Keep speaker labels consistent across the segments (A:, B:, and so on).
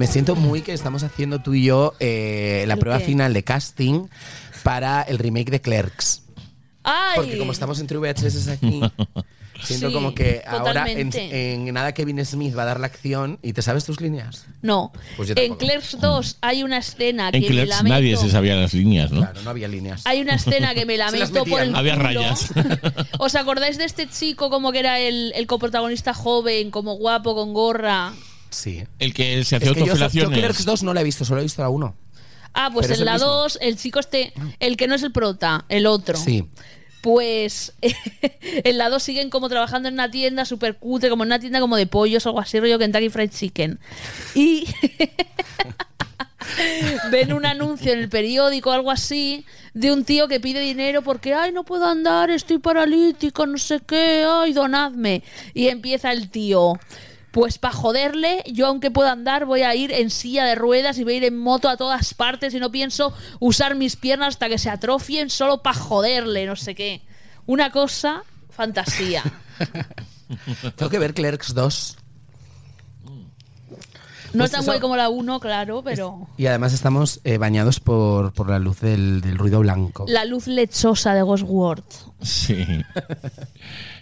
A: Eh, siento muy que estamos haciendo tú y yo eh, la
B: ¿El
A: prueba
B: qué?
A: final de casting para el remake de Clerks.
B: ¡Ay!
A: Porque como estamos entre VHS aquí, siento
B: Sí,
A: como que ahora en,
B: totalmente.
A: en nada Kevin Smith va a dar la acción y te sabes tus líneas.
B: No.
A: Pues yo
B: en
A: tampoco.
B: Clerks 2 hay una escena que
C: En
B: me
C: Clerks
B: lamento.
C: nadie se sabía las líneas, ¿no?
A: Claro, no había líneas.
B: Hay una escena que me
A: las
B: lamento por
A: metían.
B: el
C: Había
B: culo.
C: rayas.
B: ¿Os acordáis de este chico como que era el, el coprotagonista joven, como guapo, con gorra?
A: Sí.
C: El que se hacía
A: Es que yo, so- yo Clerks
C: autofilaciones.
A: 2 no la he visto, solo he visto la 1.
B: Ah, pues
A: Pero es
B: en
A: el
B: la
A: mismo.
B: 2, el chico este, el que no es el prota, el otro.
A: Sí.
B: Pues en la 2 siguen como trabajando en una tienda super cutre, como en una tienda como de pollos o algo así, rollo Kentucky Fried Chicken. Y ven un anuncio en el periódico, algo así, de un tío que pide dinero porque, ay, no puedo andar, estoy paralítico, no sé qué, ay, donadme. Y empieza el tío. Pues para joderle, yo aunque pueda andar, voy a ir en silla de ruedas y voy a ir en moto a todas partes y no pienso usar mis piernas hasta que se atrofien solo para joderle, no sé qué. Una cosa, fantasía.
A: Tengo que ver Clerks 2.
B: No
A: Pues
B: tan
A: eso-
B: guay como la 1, claro, pero
A: Y además estamos eh, bañados por, por la luz del, del ruido blanco.
B: la luz lechosa de Ghostworth.
C: Sí.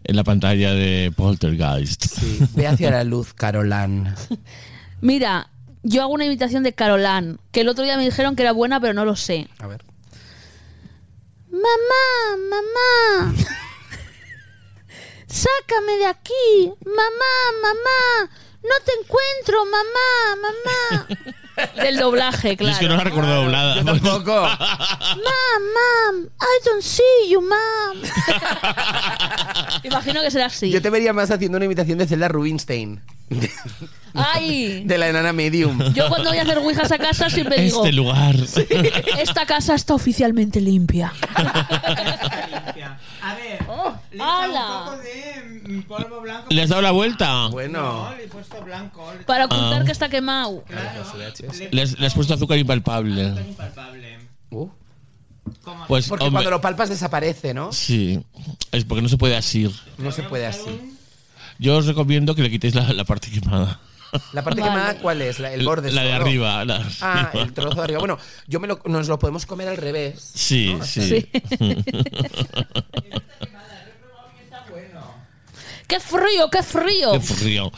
C: En la pantalla de Poltergeist.
A: Sí. Ve hacia la luz, Carolan.
B: Mira, yo hago una imitación de Carolán, que el otro día me dijeron que era buena, pero no lo sé.
A: A ver.
B: Mamá, mamá. Sácame de aquí. Mamá, mamá. No te encuentro, mamá, mamá. Del doblaje,
C: Yo
B: claro.
C: Es que no la recuerdo doblada.
A: Tampoco.
B: Mom, I don't see you, mom. Imagino que será así.
A: Yo te vería más haciendo una imitación de Zelda Rubinstein.
B: ¡Ay!
A: De la enana medium.
B: Yo cuando voy a hacer ouijas a casa siempre digo,
C: Este lugar.
B: esta casa está oficialmente limpia.
D: A ver,
B: Oh,
D: le he
B: ¡Hala!
D: echado un poco de mm, polvo blanco.
C: ¿Le has dado la vuelta?
A: Ah, Bueno.
D: No, le he puesto blanco. le-
B: Para ocultar
C: Ah.
B: que está quemado.
D: Claro, le he
C: Le has, le has puesto azúcar
D: puesto
C: impalpable.
D: impalpable.
A: Uh,
D: Como-
C: Pues,
A: porque
C: hombre,
A: cuando lo palpas desaparece, ¿no?
C: Sí. Es porque no se puede así.
A: No se puede
D: Buscar
A: así.
D: un-
C: Yo os recomiendo que le quitéis la, la parte quemada.
A: La parte
B: Vale.
A: quemada, ¿cuál es? La- el borde.
C: La de
A: solo.
C: arriba. la de
A: Ah,
B: eh.
C: arriba.
A: el trozo de arriba. Bueno, yo me lo- nos lo podemos comer al revés.
C: Sí, sí.
B: Sí. ¡Qué frío, qué
A: Oh.
B: frío!
C: Qué frío.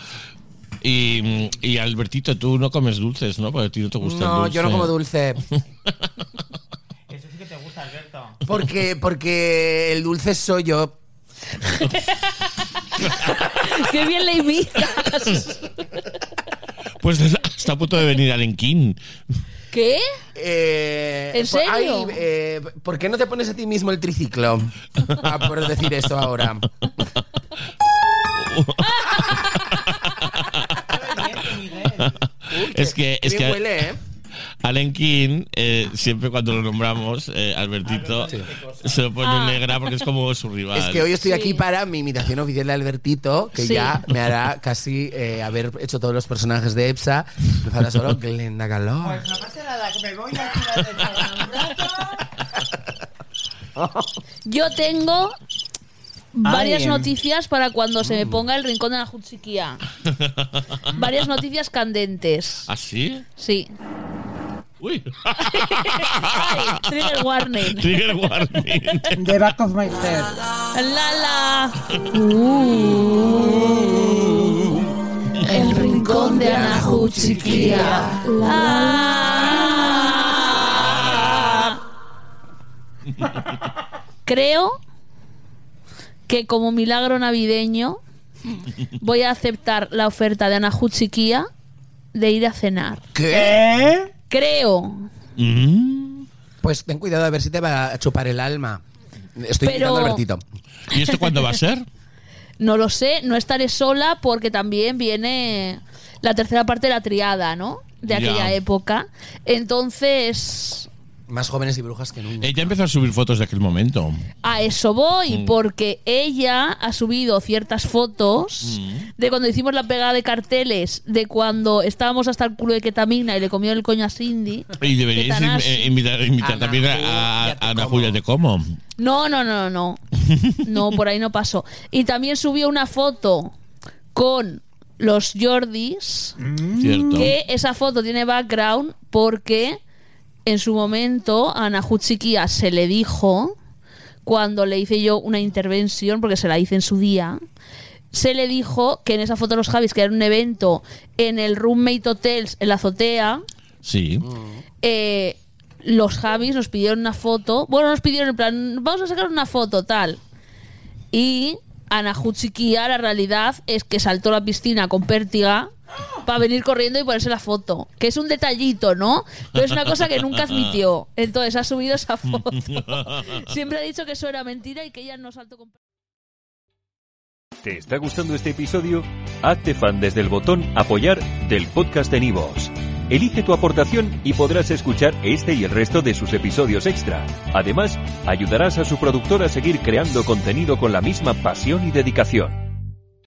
C: Y, y Albertito, tú no comes dulces, ¿no? Porque a ti no te gusta el
A: No,
C: dulce.
A: yo no como dulce.
D: Eso sí que te gusta, Alberto.
A: Porque, porque el dulce soy yo.
B: ¡Qué bien le imitas!
C: Pues está a punto de venir Alenquín.
B: ¿Qué?
A: Eh,
B: ¿En
A: por- ay,
B: serio?
A: eh, ¿Por qué no te pones a ti mismo el triciclo? Ah, por decir eso ahora. Uy,
C: Es
A: qué-
C: que, es
A: qué bien
C: que
A: huele, ¿eh?
C: Alenquín, eh, siempre cuando lo nombramos, eh, Albertito se lo pone
B: Ah.
C: negra porque es como su rival.
A: Es que hoy estoy
B: Sí.
A: aquí para mi imitación oficial de Albertito, que
B: Sí.
A: ya me hará casi eh, haber hecho todos los personajes de EPSA. Nos hará solo Glenda Galor.
D: Pues no pasa nada, que me voy a tirar de todo un rato.
B: Yo tengo varias
D: Ay.
B: noticias para cuando se me
C: Mm.
B: ponga el rincón de la jutsiquía. varias noticias candentes.
C: ¿Ah, sí?
B: Sí.
C: Uy.
B: Ay, trigger warning.
C: Trigger warning.
D: The back of my head.
B: Lala. Uh. El rincón de Anahu Chiquilla. Creo que como milagro navideño voy a aceptar la oferta de Anahu Chiquilla de ir a cenar.
A: ¿Qué?
B: Creo.
C: Mm.
A: Pues ten cuidado a ver si te va a chupar el alma. Estoy
B: Pero-
A: imitando a Albertito.
C: ¿Y esto cuándo va a ser?
B: No lo sé, no estaré sola porque también viene la tercera parte de la triada, ¿no? De
C: Ya.
B: aquella época. Entonces,
A: Más jóvenes y brujas que nunca.
C: Ella empezó a subir fotos de aquel momento.
B: a eso voy, porque ella ha subido ciertas fotos de cuando hicimos la pegada de carteles, de cuando estábamos hasta el culo de ketamina y le comió el coño a Cindy.
C: Y deberíais
B: Tetanás.
C: in- eh, invitar, invitar
A: Ana
C: también a,
A: Julia,
C: a-
A: ya te
C: a Ana
A: como.
C: Julia de Como.
B: No, no, no, no. No, por ahí no pasó. Y también subió una foto con los Jordis,
C: Cierto.
B: que esa foto tiene background porque en su momento a Nahu Chiquia se le dijo, cuando le hice yo una intervención, porque se la hice en su día, se le dijo que en esa foto los Javis, que era un evento en el Roommate Hotels, en la azotea,
C: Sí.
B: eh, los Javis nos pidieron una foto. Bueno, nos pidieron en plan, vamos a sacar una foto, tal. Y Ana Jutsiquía, la realidad es que saltó a la piscina con pértiga para venir corriendo y ponerse la foto. Que es un detallito, ¿no? Pero es una cosa que nunca admitió. Entonces ha subido esa foto. Siempre ha dicho que eso era mentira y que ella no saltó con
E: ¿Te está gustando este episodio? Hazte fan desde el botón Apoyar del podcast de Nivos. Elige tu aportación y podrás escuchar este y el resto de sus episodios extra. Además, ayudarás a su productor a seguir creando contenido con la misma pasión y dedicación.